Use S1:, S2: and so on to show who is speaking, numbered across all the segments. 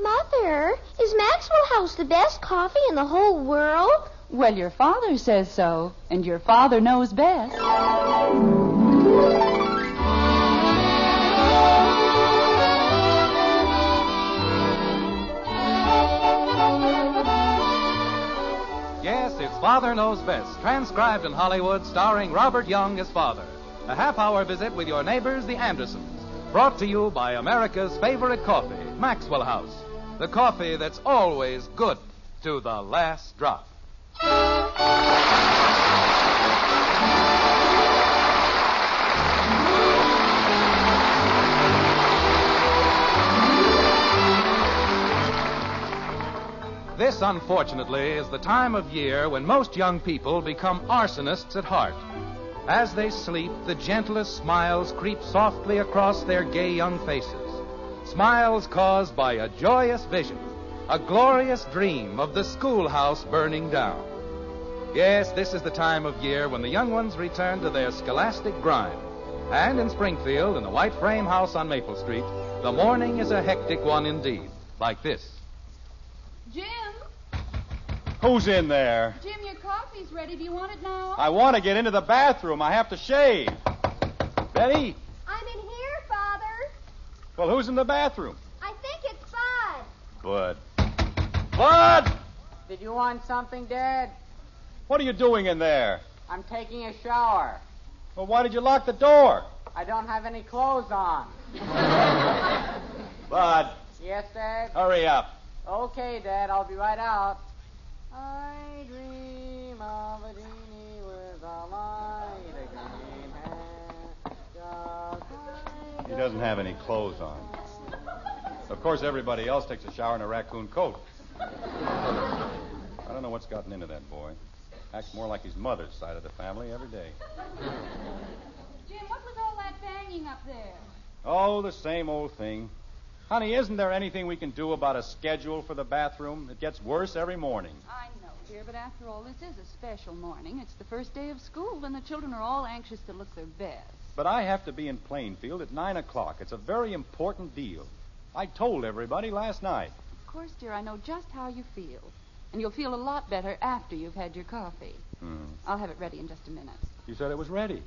S1: Mother, is Maxwell House the best coffee in the whole world?
S2: Well, your father says so, and your father knows best.
S3: Yes, it's Father Knows Best, transcribed in Hollywood, starring Robert Young as father. A half hour visit with your neighbors, the Andersons. Brought to you by America's favorite coffee, Maxwell House. The coffee that's always good to the last drop. This, unfortunately, is the time of year when most young people become arsonists at heart. As they sleep, the gentlest smiles creep softly across their gay young faces. Smiles caused by a joyous vision, a glorious dream of the schoolhouse burning down. Yes, this is the time of year when the young ones return to their scholastic grind. And in Springfield, in the white frame house on Maple Street, the morning is a hectic one indeed, like this.
S4: Jim,
S5: Who's in there?
S4: Jim, your coffee's ready. Do you want it now?
S5: I want to get into the bathroom. I have to shave. Betty?
S1: I'm in here, Father.
S5: Well, who's in the bathroom?
S1: I think it's Bud.
S5: Bud. Bud!
S6: Did you want something, Dad?
S5: What are you doing in there?
S6: I'm taking a shower.
S5: Well, why did you lock the door?
S6: I don't have any clothes on.
S5: Bud,
S6: Yes, Dad?
S5: hurry up.
S6: Okay, Dad, I'll be right out. I dream of a genie with a light of green hair. Just like
S5: He
S6: a-
S5: doesn't have any clothes on. Of course, everybody else takes a shower in a raccoon coat. I don't know what's gotten into that boy. Acts more like his mother's side of the family every day.
S4: Jim, what was all that banging up there?
S5: Oh, the same old thing. Honey, isn't there anything we can do about a schedule for the bathroom? It gets worse every morning.
S4: I know, dear, but after all, this is a special morning. It's the first day of school, and the children are all anxious to look their best.
S5: But I have to be in Plainfield at 9 o'clock. It's a very important deal. I told everybody last night.
S4: Of course, dear, I know just how you feel. And you'll feel a lot better after you've had your coffee.
S5: Hmm.
S4: I'll have it ready in just a minute.
S5: You said it was ready.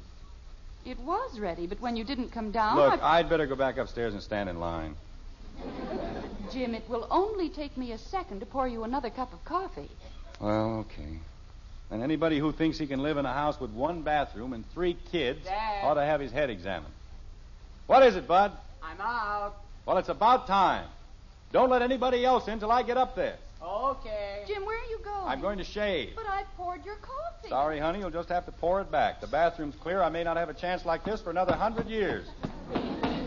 S4: It was ready, but when you didn't come down,
S5: Look,
S4: I...
S5: I'd better go back upstairs and stand in line.
S4: Jim, it will only take me a second to pour you another cup of coffee.
S5: Well, okay. And anybody who thinks he can live in a house with one bathroom and three kids
S6: Dad.
S5: ought to have his head examined. What is it, Bud?
S6: I'm out.
S5: Well, it's about time. Don't let anybody else in till I get up there.
S6: Okay.
S4: Jim, where are you going?
S5: I'm going to shave.
S4: But I poured your coffee.
S5: Sorry, honey, you'll just have to pour it back. The bathroom's clear. I may not have a chance like this for another hundred years.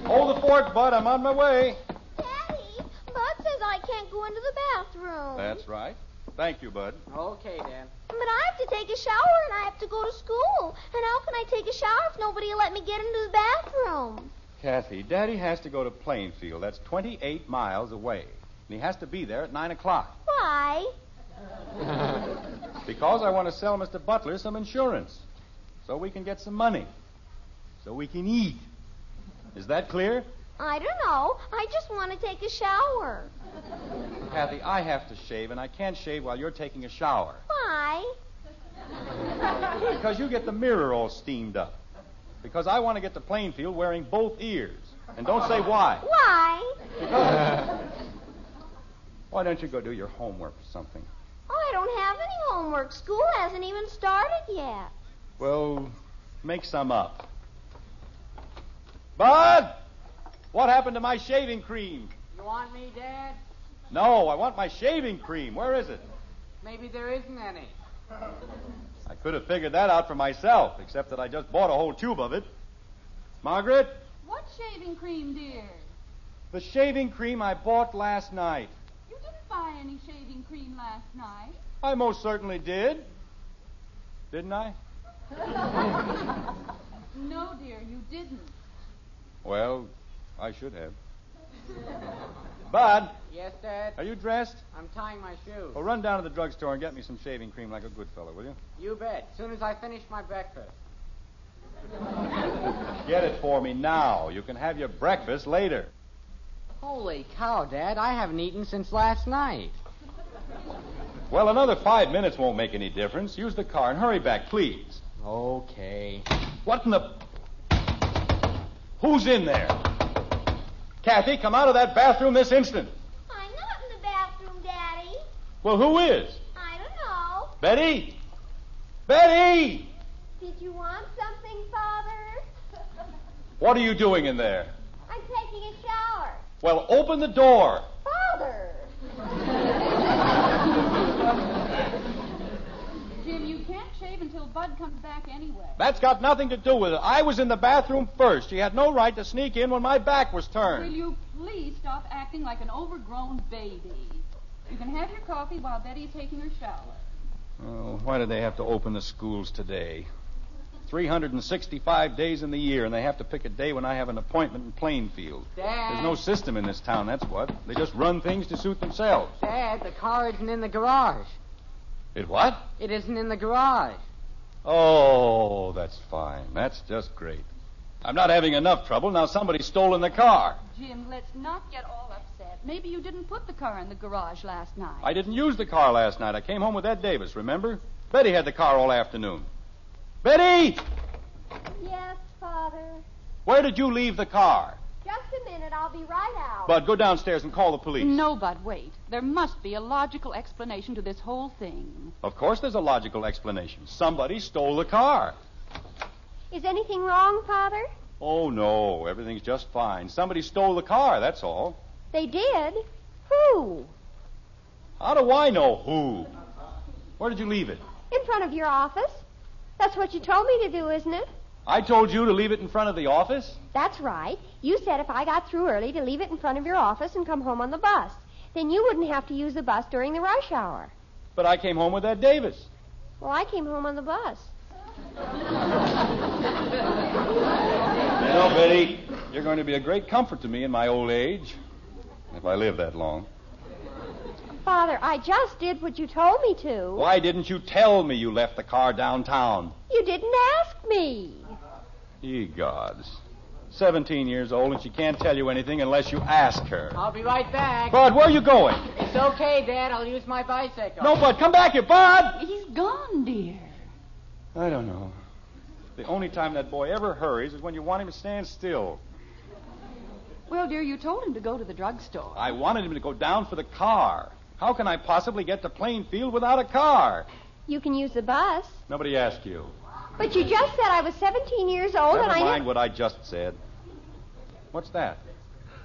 S5: Hold the fort, Bud. I'm on my way.
S1: Daddy, Bud says I can't go into the bathroom.
S5: That's right. Thank you, Bud.
S6: Okay, Dad.
S1: But I have to take a shower and I have to go to school. And how can I take a shower if nobody will let me get into the bathroom?
S5: Kathy, Daddy has to go to Plainfield. That's 28 miles away. And he has to be there at 9 o'clock
S1: Why?
S5: because I want to sell Mr. Butler some insurance so we can get some money so we can eat. Is that clear?
S1: I don't know. I just want to take a shower.
S5: Kathy, I have to shave, and I can't shave while you're taking a shower
S1: Why?
S5: because you get the mirror all steamed up. Because I want to get to Plainfield wearing both ears. And don't say why.
S1: Why?
S5: Why don't you go do your homework or something?
S1: Oh, I don't have any homework. School hasn't even started yet.
S5: Well, make some up. Bud! What happened to my shaving cream?
S6: You want me, Dad?
S5: No, I want my shaving cream. Where is it?
S6: Maybe there isn't any.
S5: I could have figured that out for myself, except that I just bought a whole tube of it. Margaret,
S4: What shaving cream, dear?
S5: the shaving cream I bought last night.
S4: You didn't buy any shaving cream last night.
S5: I most certainly did. Didn't I?
S4: No, dear, you didn't.
S5: Well, I should have. Bud,
S6: Yes, Dad?
S5: are you dressed?
S6: I'm tying my shoes.
S5: Well, run down to the drugstore and get me some shaving cream like a good fellow, will you?
S6: You bet. Soon as I finish my breakfast.
S5: Get it for me now. You can have your breakfast later.
S6: Holy cow, Dad, I haven't eaten since last night.
S5: Well, another five minutes won't make any difference. Use the car and hurry back, please.
S6: Okay.
S5: What in the. Who's in there? Kathy, come out of that bathroom this instant.
S1: I'm not in the bathroom, Daddy.
S5: Well, who is?
S1: I don't know.
S5: Betty? Betty!
S1: Did you want something, Father?
S5: What are you doing in there?
S1: I'm taking a shower.
S5: Well, open the door.
S1: Father!
S2: Jim, you can't shave until Bud comes back anyway.
S5: That's got nothing to do with it. I was in the bathroom first. She had no right to sneak in when my back was
S2: Will
S5: turned.
S2: you please stop acting like an overgrown baby? You can have your coffee while Betty's taking her shower.
S5: Oh, why do they have to open the schools today? 365 days in the year, and they have to pick a day when I have an appointment in Plainfield.
S6: Dad,
S5: There's no system in this town, that's what. They just run things to suit themselves.
S6: Dad, the car isn't in the garage.
S5: It what?
S6: It isn't in the garage.
S5: Oh, that's fine. That's just great. I'm not having enough trouble. Now somebody's stolen the car.
S2: Jim, let's not get all upset. Maybe you didn't put the car in the garage last night.
S5: I didn't use the car last night. I came home with Ed Davis, remember? Betty had the car all afternoon. Betty!
S1: Yes, Father.
S5: Where did you leave the car?
S1: Just a minute, I'll be right out.
S5: Bud, go downstairs and call the police.
S2: No, Bud, wait. There must be a logical explanation to this whole thing.
S5: Of course, there's a logical explanation. Somebody stole the car.
S1: Is anything wrong, Father?
S5: Oh, no. Everything's just fine. Somebody stole the car, that's all.
S1: They did? Who?
S5: How do I know who? Where did you leave it?
S1: In front of your office. That's what you told me to do, isn't it?
S5: I told you to leave it in front of the office.
S1: That's right. You said if I got through early to leave it in front of your office and come home on the bus. Then you wouldn't have to use the bus during the rush hour.
S5: But I came home with Ed Davis.
S1: Well, I came home on the bus.
S5: You know, Betty, you're going to be a great comfort to me in my old age. If I live that long.
S1: Father, I just did what you told me to.
S5: Why didn't you tell me you left the car downtown?
S1: You didn't ask me.
S5: Ye gods. Seventeen years old, and she can't tell you anything unless you ask her.
S6: I'll be right back.
S5: Bud, where are you going?
S6: It's okay, Dad. I'll use my bicycle.
S5: No, Bud, come back here, Bud!
S2: He's gone, dear.
S5: I don't know. The only time that boy ever hurries is when you want him to stand still.
S2: Well, dear, you told him to go to the drugstore.
S5: I wanted him to go down for the car. How can I possibly get to Plainfield without a car?
S1: You can use the bus.
S5: Nobody asked you.
S1: But you just said I was 17 years old
S5: Never
S1: and I
S5: mind
S1: knew-
S5: what I just said. What's that?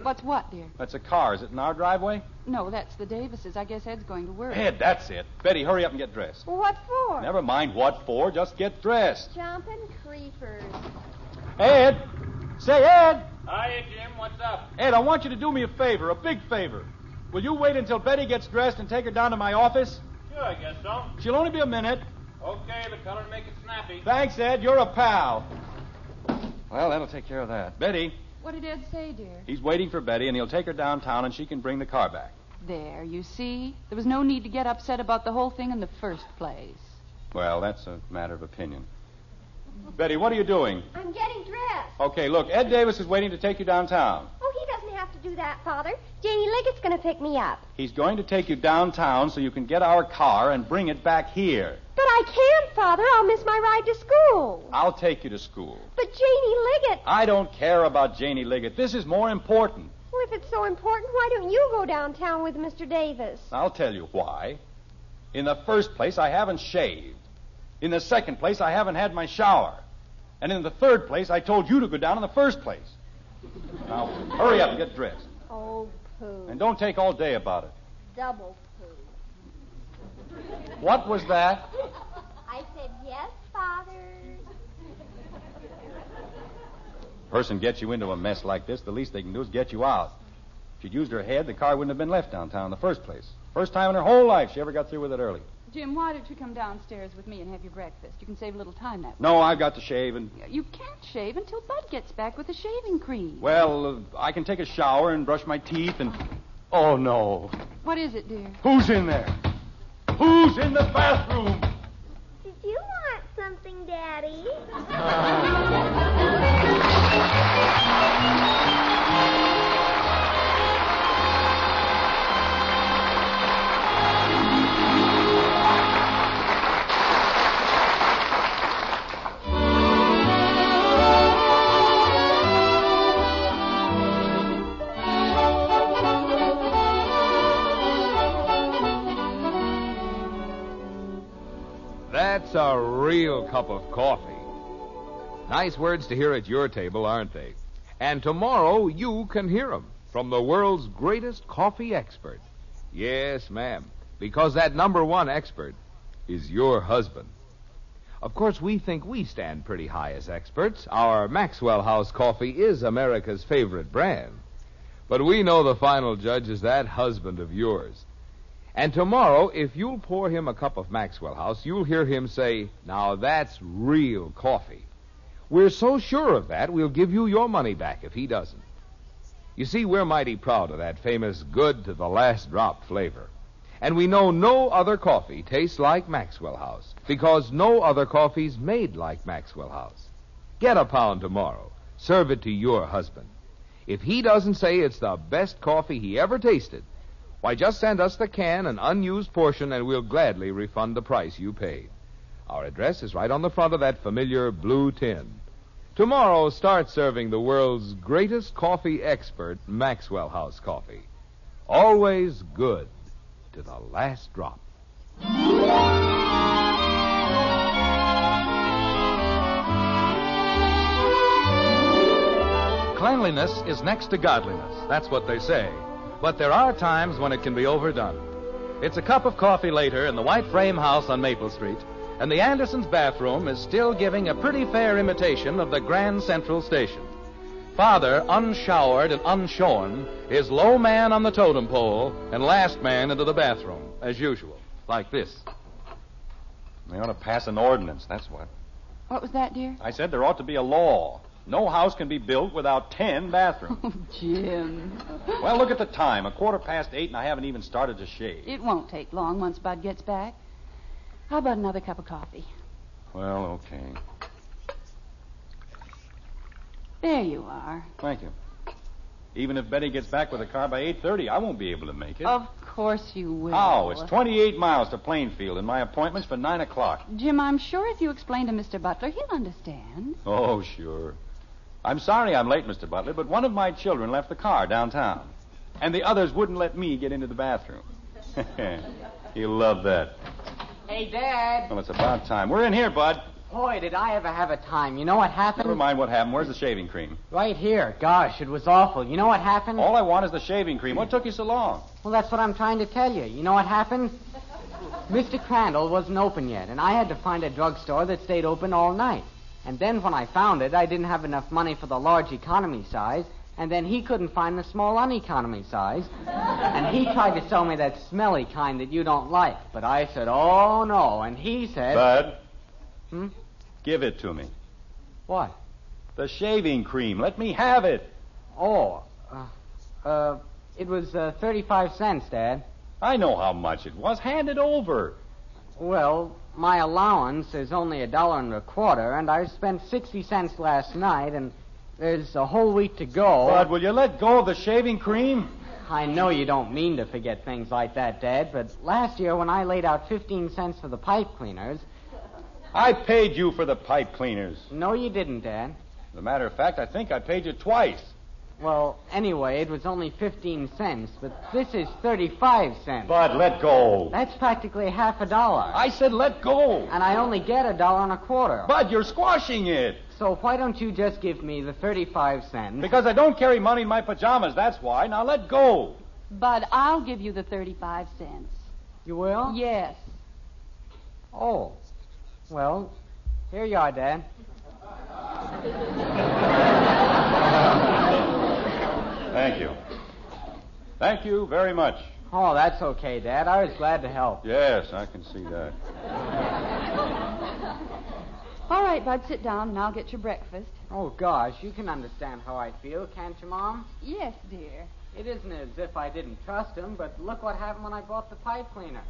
S2: What's what, dear?
S5: That's a car. Is it in our driveway?
S2: No, that's the Davises. I guess Ed's going to work.
S5: Ed, that's it. Betty, hurry up and get dressed.
S1: Well, what for?
S5: Never mind what for. Just get dressed.
S1: Jumping creepers.
S5: Ed! Say, Ed!
S7: Hiya, Jim. What's up?
S5: Ed, I want you to do me a favor, a big favor. Will you wait until Betty gets dressed and take her down to my office?
S7: Sure, I guess so.
S5: She'll only be a minute.
S7: Okay, but tell her to make it snappy.
S5: Thanks, Ed. You're a pal. Well, that'll take care of that. Betty,
S2: What did Ed say, dear?
S5: he's waiting for Betty, and he'll take her downtown, and she can bring the car back.
S2: There, you see? There was no need to get upset about the whole thing in the first place.
S5: Well, that's a matter of opinion. Betty, what are you doing?
S1: I'm getting dressed.
S5: Okay, look, Ed Davis is waiting to take you downtown.
S1: Oh, he doesn't have to do that, Father. Janie Liggett's going to pick me up.
S5: He's going to take you downtown so you can get our car and bring it back here.
S1: But I can't, Father. I'll miss my ride to school.
S5: I'll take you to school.
S1: But Janie Liggett,
S5: I don't care about Janie Liggett. This is more important.
S1: well, if it's so important, why don't you go downtown with Mr. Davis?
S5: I'll tell you why. In the first place, I haven't shaved. In the second place, I haven't had my shower. And in the third place, I told you to go down in the first place. Now, hurry up and get dressed.
S1: Oh, poo.
S5: And don't take all day about it.
S1: Double poo.
S5: What was that?
S1: I said yes, Father.
S5: Person gets you into a mess like this, the least they can do is get you out. If she'd used her head, the car wouldn't have been left downtown in the first place. First time in her whole life she ever got through with it early.
S2: Jim, why don't you come downstairs with me and have your breakfast? You can save a little time that way.
S5: No, I've got to shave and.
S2: You can't shave until Bud gets back with the shaving cream.
S5: Well, uh, I can take a shower and brush my teeth and. Oh, no.
S2: What is it, dear?
S5: Who's in there? Who's in the bathroom?
S1: Did you want something, Daddy?
S8: That's a real cup of coffee. Nice words to hear at your table, aren't they? And tomorrow you can hear 'em from the world's greatest coffee expert. Yes, ma'am, because that number one expert is your husband. Of course, we think we stand pretty high as experts. Our Maxwell House coffee is America's favorite brand. But we know the final judge is that husband of yours. And tomorrow, if you'll pour him a cup of Maxwell House, you'll hear him say, Now that's real coffee. We're so sure of that, we'll give you your money back if he doesn't. You see, we're mighty proud of that famous good to the last drop flavor. And we know no other coffee tastes like Maxwell House because no other coffee's made like Maxwell House. Get a pound tomorrow. Serve it to your husband. If he doesn't say it's the best coffee he ever tasted, why, just send us the can and unused portion, and we'll gladly refund the price you paid. Our address is right on the front of that familiar blue tin. Tomorrow, start serving the world's greatest coffee expert, Maxwell House Coffee. Always good to the last drop.
S3: Cleanliness is next to godliness. That's what they say. But there are times when it can be overdone. It's a cup of coffee later in the white frame house on Maple Street, and the Andersons' bathroom is still giving a pretty fair imitation of the Grand Central Station. Father, unshowered and unshorn, is low man on the totem pole and last man into the bathroom, as usual, like this.
S5: They ought to pass an ordinance, that's what.
S2: What was that, dear?
S5: I said there ought to be a law. No house can be built without ten bathrooms.
S2: Oh, Jim.
S5: well, look at the time. A quarter past eight, and I haven't even started to shave.
S2: It won't take long once Bud gets back. How about another cup of coffee?
S5: Well, okay.
S2: There you are.
S5: Thank you. Even if Betty gets back with a car by 8.30, I won't be able to make it.
S2: Of course you will.
S5: How? Oh, It's 28 miles to Plainfield, and my appointment's for 9 o'clock.
S2: Jim, I'm sure if you explain to Mr. Butler, he'll understand.
S5: Oh, sure. I'm sorry I'm late, Mr. Butler, but one of my children left the car downtown, and the others wouldn't let me get into the bathroom. He'll love that.
S6: Hey, Dad.
S5: Well, it's about time. We're in here, Bud.
S6: Boy, did I ever have a time. You know what happened?
S5: Never mind what happened. Where's the shaving cream?
S6: Right here. Gosh, it was awful. You know what happened?
S5: All I want is the shaving cream. What took you so long?
S6: Well, that's what I'm trying to tell you. You know what happened? Mr. Crandall wasn't open yet, and I had to find a drugstore that stayed open all night. And then when I found it, I didn't have enough money for the large economy size, and then he couldn't find the small uneconomy size. And he tried to sell me that smelly kind that you don't like, but I said, oh no, and he said,
S5: Bud,
S6: Hmm?
S5: give it to me.
S6: what?
S5: The shaving cream. Let me have it.
S6: Oh, uh, uh, it was uh, 35 cents, Dad.
S5: I know how much it was. Hand it over.
S6: Well, my allowance is only a dollar and a quarter, and I spent 60 cents last night, and there's a whole week to go.
S5: Bud, will you let go of the shaving cream?
S6: I know you don't mean to forget things like that, Dad, but last year when I laid out 15 cents for the pipe cleaners.
S5: I paid you for the pipe cleaners.
S6: No, you didn't, Dad.
S5: As a matter of fact, I think I paid you twice.
S6: Well, anyway, it was only 15 cents, but this is 35 cents.
S5: Bud, let go.
S6: That's practically half a dollar.
S5: I said let go.
S6: And I only get a dollar and a quarter.
S5: Bud, you're squashing it.
S6: So why don't you just give me the 35 cents?
S5: Because I don't carry money in my pajamas, that's why. Now let go.
S2: Bud, I'll give you the 35 cents.
S6: You will?
S2: Yes.
S6: Oh. Well, here you are, Dad.
S5: Thank you. Thank you very much.
S6: Oh, that's okay, Dad. I was glad to help.
S5: Yes, I can see that.
S2: All right, Bud, sit down and I'll get your breakfast.
S6: Oh, gosh, you can understand how I feel, can't you, Mom?
S2: Yes, dear.
S6: It isn't as if I didn't trust him, but look what happened when I bought the pipe cleaner.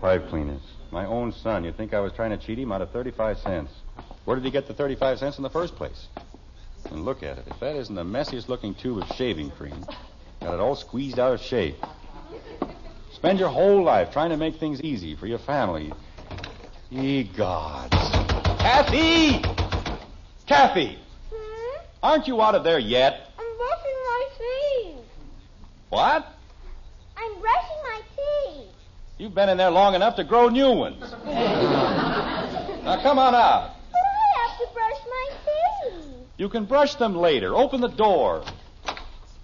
S5: Pipe cleaners. My own son. You'd think I was trying to cheat him out of 35 cents. Where did he get the 35 cents in the first place? And look at it. If that isn't the messiest looking tube of shaving cream, got it all squeezed out of shape. Spend your whole life trying to make things easy for your family. Ye gods. Kathy! Kathy!
S9: Hmm?
S5: Aren't you out of there yet?
S9: I'm brushing my teeth.
S5: What?
S9: I'm brushing my teeth.
S5: You've been in there long enough to grow new ones. Now come on out.
S9: I have to brush my teeth.
S5: You can brush them later. Open the door.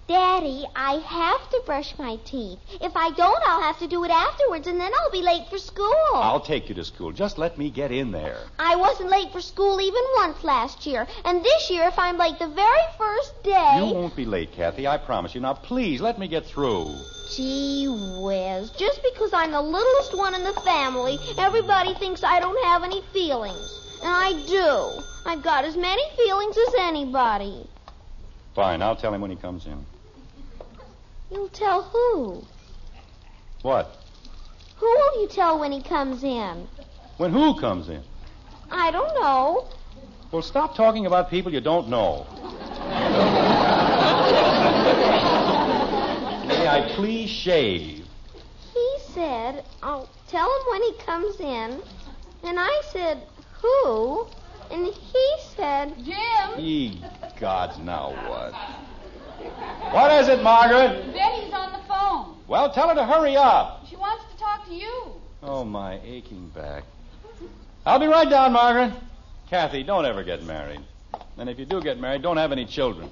S1: Daddy, I have to brush my teeth. If I don't, I'll have to do it afterwards, and then I'll be late for school.
S5: I'll take you to school. Just let me get in there.
S1: I wasn't late for school even once last year, and this year, if I'm late the very first day.
S5: You won't be late, Kathy. I promise you. Now, please let me get through.
S1: Gee whiz, just because I'm the littlest one in the family, everybody thinks I don't have any feelings. And I do. I've got as many feelings as anybody.
S5: Fine. I'll tell him when he comes in.
S1: You'll tell who?
S5: What?
S1: Who will you tell when he comes in?
S5: When who comes in?
S1: I don't know.
S5: Well, stop talking about people you don't know. May I please shave?
S1: He said, I'll tell him when he comes in. And I said, Who? And he said,
S2: Jim,
S5: Ye gods, now what? What is it, Margaret?
S2: Betty's on the phone.
S5: Well, tell her to hurry up.
S2: She wants to talk to you.
S5: Oh, my aching back. I'll be right down, Margaret. Kathy, don't ever get married. And if you do get married, don't have any children.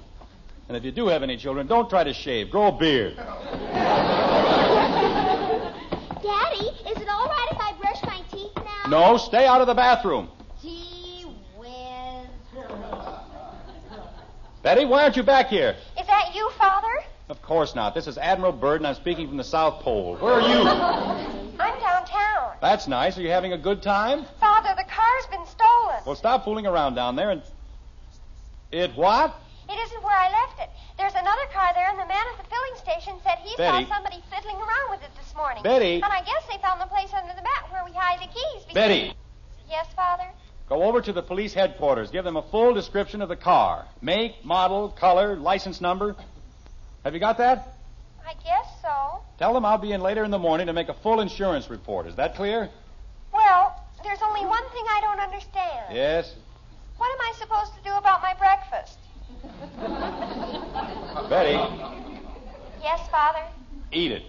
S5: And if you do have any children, don't try to shave. Grow a beard.
S1: Daddy, is it all right if I brush my teeth now?
S5: No, stay out of the bathroom.
S1: Gee whiz.
S5: Betty, why aren't you back here?
S1: Is that you, Father?
S5: Of course not. This is Admiral Byrd, and I'm speaking from the South Pole. Where are you?
S1: I'm downtown.
S5: That's nice. Are you having a good time?
S1: Father, the car's been stolen.
S5: Well, stop fooling around down there and. It what?
S1: It isn't where I left it. There's another car there, and the man at the filling station said he
S5: Betty.
S1: saw somebody fiddling around with it this morning.
S5: Betty.
S1: And I guess they found the place under the mat where we hide the keys. because-
S5: Betty.
S1: Yes, Father?
S5: Go over to the police headquarters. Give them a full description of the car make, model, color, license number. Have you got that?
S1: I guess so.
S5: Tell them I'll be in later in the morning to make a full insurance report. Is that clear?
S1: Well, there's only one thing I don't understand.
S5: Yes.
S1: What am I supposed to do about my breakfast?
S5: Betty,
S1: Yes, Father?
S5: eat it.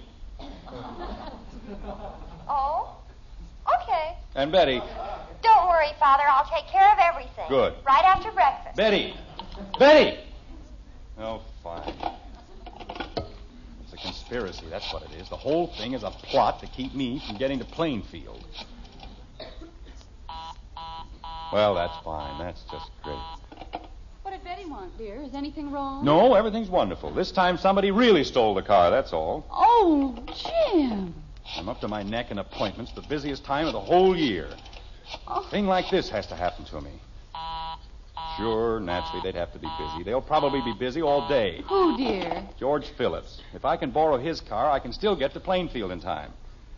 S1: Oh? Okay.
S5: And Betty,
S1: Don't worry, Father. I'll take care of everything.
S5: Good.
S1: Right after breakfast.
S5: Betty, Betty. Oh, fine. It's a conspiracy. That's what it is. The whole thing is a plot to keep me from getting to Plainfield. Well, that's fine. That's just great.
S2: What did Betty want, dear? Is anything wrong?
S5: No, everything's wonderful. This time somebody really stole the car, that's all.
S2: Oh, Jim.
S5: I'm up to my neck in appointments, the busiest time of the whole year. A thing like this has to happen to me. Sure, naturally, they'd have to be busy. They'll probably be busy all day.
S2: Who, Oh, dear?
S5: George Phillips. If I can borrow his car, I can still get to Plainfield in time.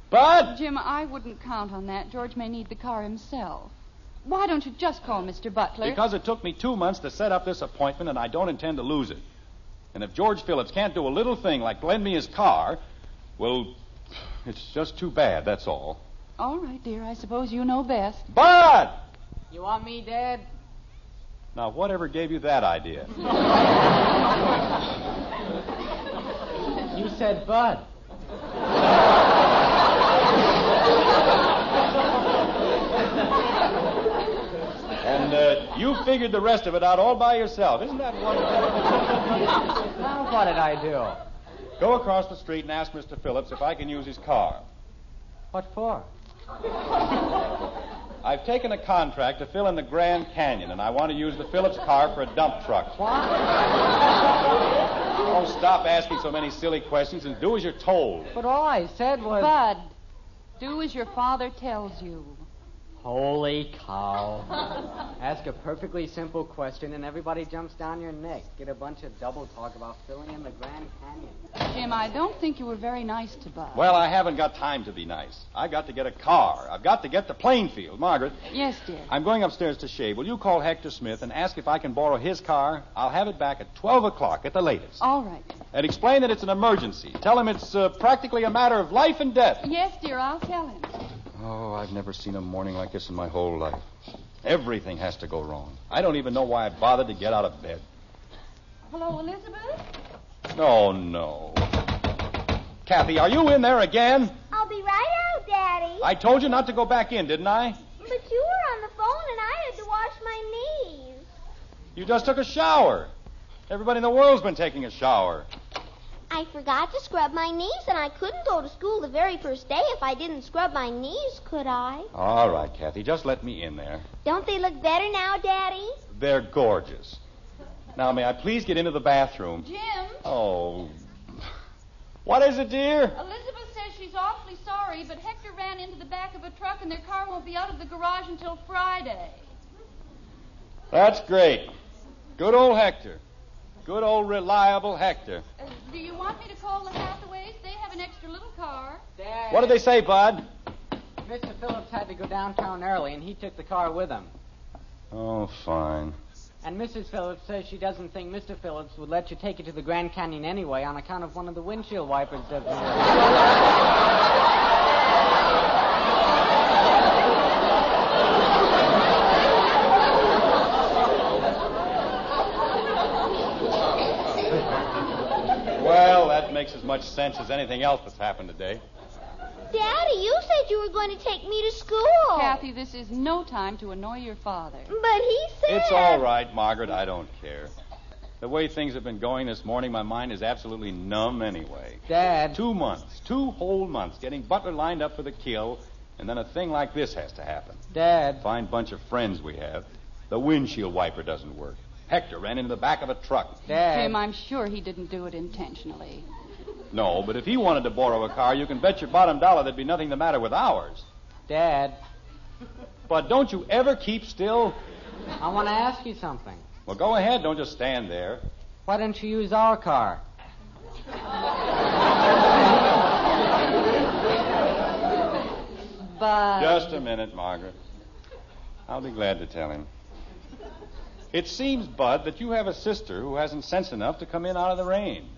S5: But
S2: Jim, I wouldn't count on that. George may need the car himself. Why don't you just call Mr. Butler?
S5: because it took me two months to set up this appointment, and I don't intend to lose it. And if George Phillips can't do a little thing like lend me his car, well, it's just too bad, that's all.
S2: All right, dear. I suppose you know best.
S5: But
S6: You want me, Dad?
S5: Now, whatever gave you that idea?
S6: You said Bud.
S5: And uh, you figured the rest of it out all by yourself. Isn't that wonderful?
S6: Now what did I do?
S5: Go across the street and ask Mr. Phillips if I can use his car.
S6: What for?
S5: I've taken a contract to fill in the Grand Canyon, and I want to use the Phillips car for a dump truck. What? Oh, stop asking so many silly questions and do as you're told.
S6: But all I said was.
S2: Bud, do as your father tells you.
S6: Holy cow. Ask a perfectly simple question and everybody jumps down your neck. Get a bunch of double talk about filling in the Grand Canyon.
S2: Jim, I don't think you were very nice to Bud.
S5: Well, I haven't got time to be nice. I've got to get a car. I've got to get to Plainfield. Margaret,
S2: Yes, dear.
S5: I'm going upstairs to shave. Will you call Hector Smith and ask if I can borrow his car? I'll have it back at 12 o'clock at the latest.
S2: All right.
S5: And explain that it's an emergency. Tell him it's uh, practically a matter of life and death.
S2: Yes, dear. I'll tell him.
S5: Oh, I've never seen a morning like this in my whole life. Everything has to go wrong. I don't even know why I bothered to get out of bed.
S2: Hello, Elizabeth.
S5: Oh, no. Kathy, are you in there again?
S1: I'll be right out, Daddy.
S5: I told you not to go back in, didn't I?
S1: But you were on the phone
S5: You just took a shower. Everybody in the world's been taking a shower.
S1: I forgot to scrub my knees, and I couldn't go to school the very first day if I didn't scrub my knees, could I?
S5: All right, Kathy, just let me in there.
S1: Don't they look better now, Daddy?
S5: They're gorgeous. Now, may I please get into the bathroom?
S4: Jim,
S5: Oh. What is it, dear?
S4: Elizabeth says she's awfully sorry, but Hector ran into the back of a truck and their car won't be out of the garage until Friday.
S5: That's great. Good old Hector. Good old reliable Hector.
S4: Uh, do you want me to call the Hathaways? They have an extra little car.
S6: Dad.
S5: What did they say, Bud?
S6: Mr. Phillips had to go downtown early, and he took the car with him.
S5: Oh, fine.
S6: And Mrs. Phillips says she doesn't think Mr. Phillips would let you take you to the Grand Canyon anyway on account of one of the windshield wipers doesn't work.
S5: Well, that makes as much sense as anything else that's happened today.
S1: Daddy, you said you were going to take me to school.
S2: Kathy, this is no time to annoy your father.
S1: But he said.
S5: It's all right, Margaret. I don't care. The way things have been going this morning, my mind is absolutely numb anyway.
S6: Dad.
S5: Two months, two whole months, getting Butler lined up for the kill, and then a thing like this has to happen.
S6: Dad.
S5: Fine bunch of friends we have. The windshield wiper doesn't work. Hector ran into the back of a truck.
S6: Dad.
S2: Jim, I'm sure he didn't do it intentionally.
S5: No, but if he wanted to borrow a car, you can bet your bottom dollar there'd be nothing the matter with ours.
S6: Dad.
S5: But don't you ever keep still?
S6: I want to ask you something.
S5: Well, go ahead. Don't just stand there.
S6: Why don't you use our car?
S2: But
S5: Just a minute, Margaret. I'll be glad to tell him. It seems, Bud, that you have a sister who hasn't sense enough to come in out of the rain.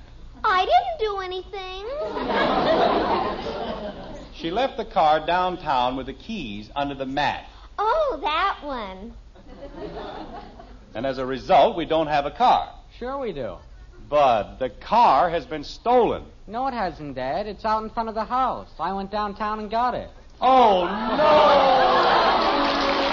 S1: I didn't do anything.
S5: She left the car downtown with the keys under the mat.
S1: oh, that one.
S5: And as a result, we don't have a car.
S6: Sure we do.
S5: Bud, the car has been stolen.
S6: No, it hasn't, Dad. It's out in front of the house. I went downtown and got it.
S5: Oh, no!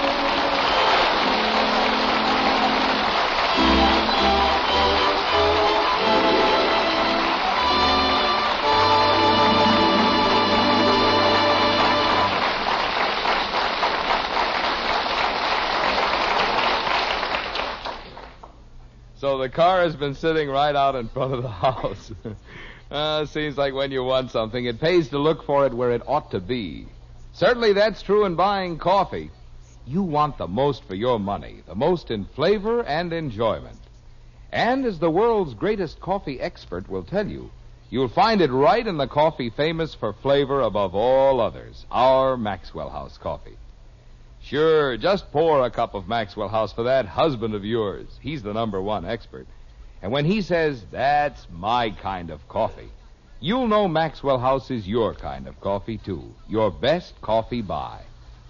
S8: So the car has been sitting right out in front of the house. uh, seems like when you want something, it pays to look for it where it ought to be. Certainly that's true in buying coffee. You want the most for your money, the most in flavor and enjoyment. And as the world's greatest coffee expert will tell you, you'll find it right in the coffee famous for flavor above all others, our Maxwell House coffee. Sure, just pour a cup of Maxwell House for that husband of yours. He's the number one expert. And when he says, that's my kind of coffee, you'll know Maxwell House is your kind of coffee, too. Your best coffee buy.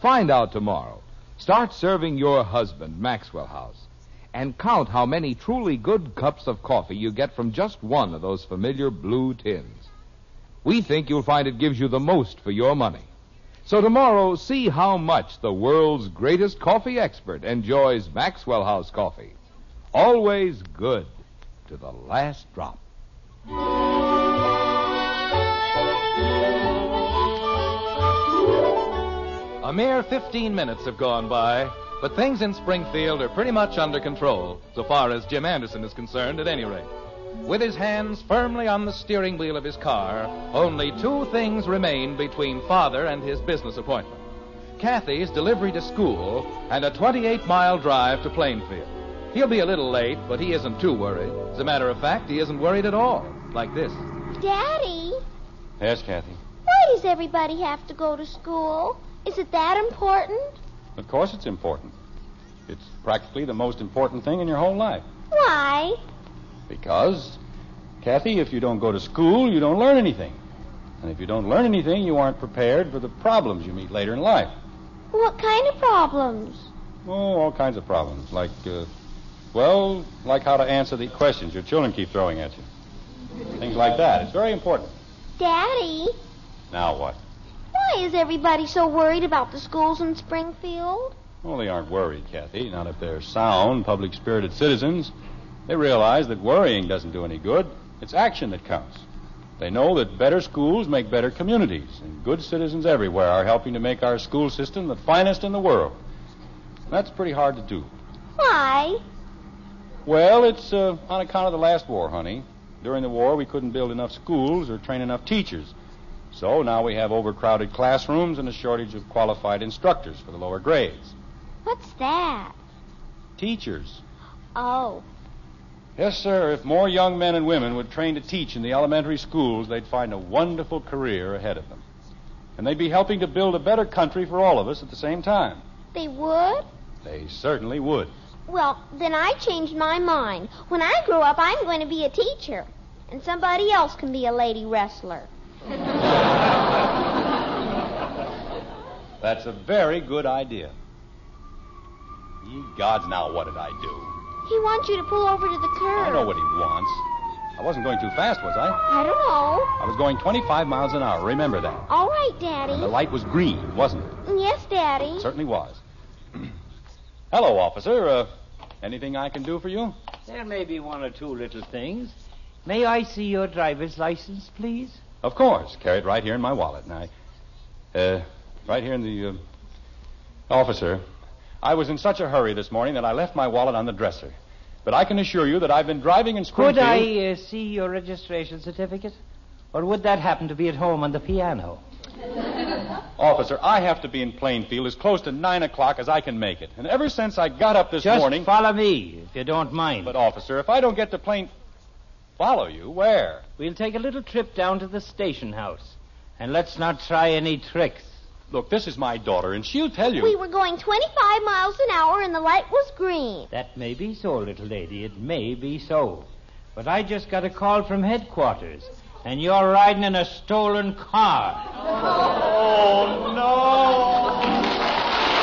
S8: Find out tomorrow. Start serving your husband Maxwell House. And count how many truly good cups of coffee you get from just one of those familiar blue tins. We think you'll find it gives you the most for your money. So tomorrow, see how much the world's greatest coffee expert enjoys Maxwell House coffee. Always good to the last drop.
S3: A mere 15 minutes have gone by, but things in Springfield are pretty much under control, so far as Jim Anderson is concerned, at any rate. With his hands firmly on the steering wheel of his car, only two things remain between father and his business appointment Kathy's delivery to school and a 28 mile drive to Plainfield. He'll be a little late, but he isn't too worried. As a matter of fact, he isn't worried at all, like this.
S1: Daddy,
S5: Yes, Kathy.
S1: why does everybody have to go to school? Is it that important?
S5: Of course it's important. It's practically the most important thing in your whole life.
S1: Why?
S5: Because, Kathy, if you don't go to school, you don't learn anything. And if you don't learn anything, you aren't prepared for the problems you meet later in life.
S1: What kind of problems?
S5: Oh, all kinds of problems. Like, uh, well, like how to answer the questions your children keep throwing at you. Things like that. It's very important.
S1: Daddy,
S5: Now what?
S1: why is everybody so worried about the schools in Springfield?
S5: Well, they aren't worried, Kathy. Not if they're sound, public spirited citizens. They realize that worrying doesn't do any good. It's action that counts. They know that better schools make better communities, and good citizens everywhere are helping to make our school system the finest in the world. That's pretty hard to do.
S1: Why?
S5: Well, it's uh, on account of the last war, honey. During the war, we couldn't build enough schools or train enough teachers. So now we have overcrowded classrooms and a shortage of qualified instructors for the lower grades.
S1: What's that?
S5: Teachers.
S1: Oh,
S5: Yes, sir. If more young men and women would train to teach in the elementary schools, they'd find a wonderful career ahead of them. And they'd be helping to build a better country for all of us at the same time.
S1: they would?
S5: They certainly would.
S1: Well, then I changed my mind. When I grow up, I'm going to be a teacher. And somebody else can be a lady wrestler.
S5: That's a very good idea. Ye gods, now what did I do?
S1: He wants you to pull over to the curb.
S5: I know what he wants. I wasn't going too fast, was I?
S1: I don't know.
S5: I was going 25 miles an hour, remember that.
S1: All right, Daddy.
S5: And the light was green, wasn't it?
S1: Yes, Daddy.
S5: It certainly was. Hello, officer. Uh, anything I can do for you?
S6: There may be one or two little things. May I see your driver's license, please?
S5: Of course. Carry it right here in my wallet. Now, uh, right here in the uh, officer. I was in such a hurry this morning that I left my wallet on the dresser. But I can assure you that I've been driving in Springfield.
S6: Could I uh, see your registration certificate? Or would that happen to be at home on the piano?
S5: Officer, I have to be in Plainfield as close to nine o'clock as I can make it. And ever since I got up this
S6: Just
S5: morning,
S6: follow me, if you don't mind. But,
S5: officer, if I don't get to Plain... Follow you? Where?
S6: We'll take a little trip down to the station house. And let's not try any tricks.
S5: Look, this is my daughter, and she'll tell
S1: We were going 25 miles an hour and the light was green.
S6: That may be so, little lady. It may be so. But I just got a call from headquarters, and you're riding in a stolen car.
S5: Oh, no!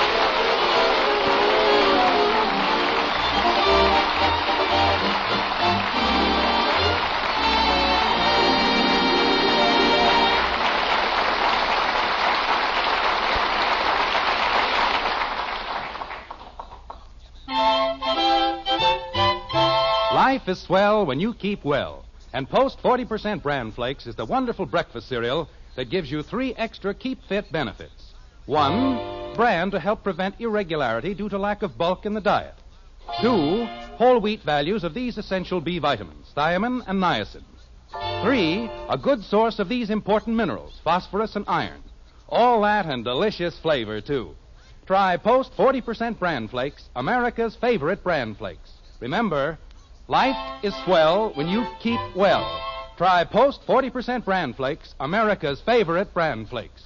S10: Life is swell when you keep well. And Post 40% Bran Flakes is the wonderful breakfast cereal that gives you three extra keep fit benefits. One, bran to help prevent irregularity due to lack of bulk in the diet. Two, whole wheat values of these essential B vitamins, thiamine and niacin. Three, a good source of these important minerals, phosphorus and iron. All that and delicious flavor, too. Try Post 40% Bran Flakes, America's favorite bran flakes. Remember, Life is swell when you keep well. Try Post 40% Bran Flakes, America's favorite Bran Flakes.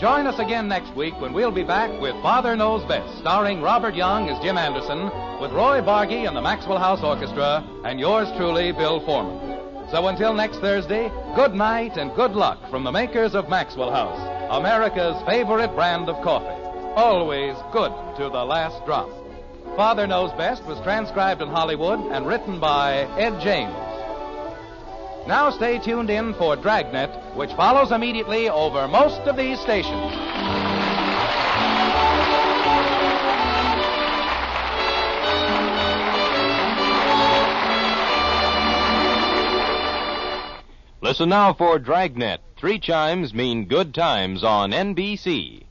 S10: Join us again next week when we'll be back with Father Knows Best, starring Robert Young as Jim Anderson, with Roy Bargy and the Maxwell House Orchestra, and yours truly, Bill Foreman. So until next Thursday, good night and good luck from the makers of Maxwell House, America's favorite brand of coffee. Always good to the last drop. Father Knows Best was transcribed in Hollywood and written by Ed James. Now stay tuned in for Dragnet, which follows immediately over most of these stations.
S11: Listen now for Dragnet. Three chimes mean good times on NBC.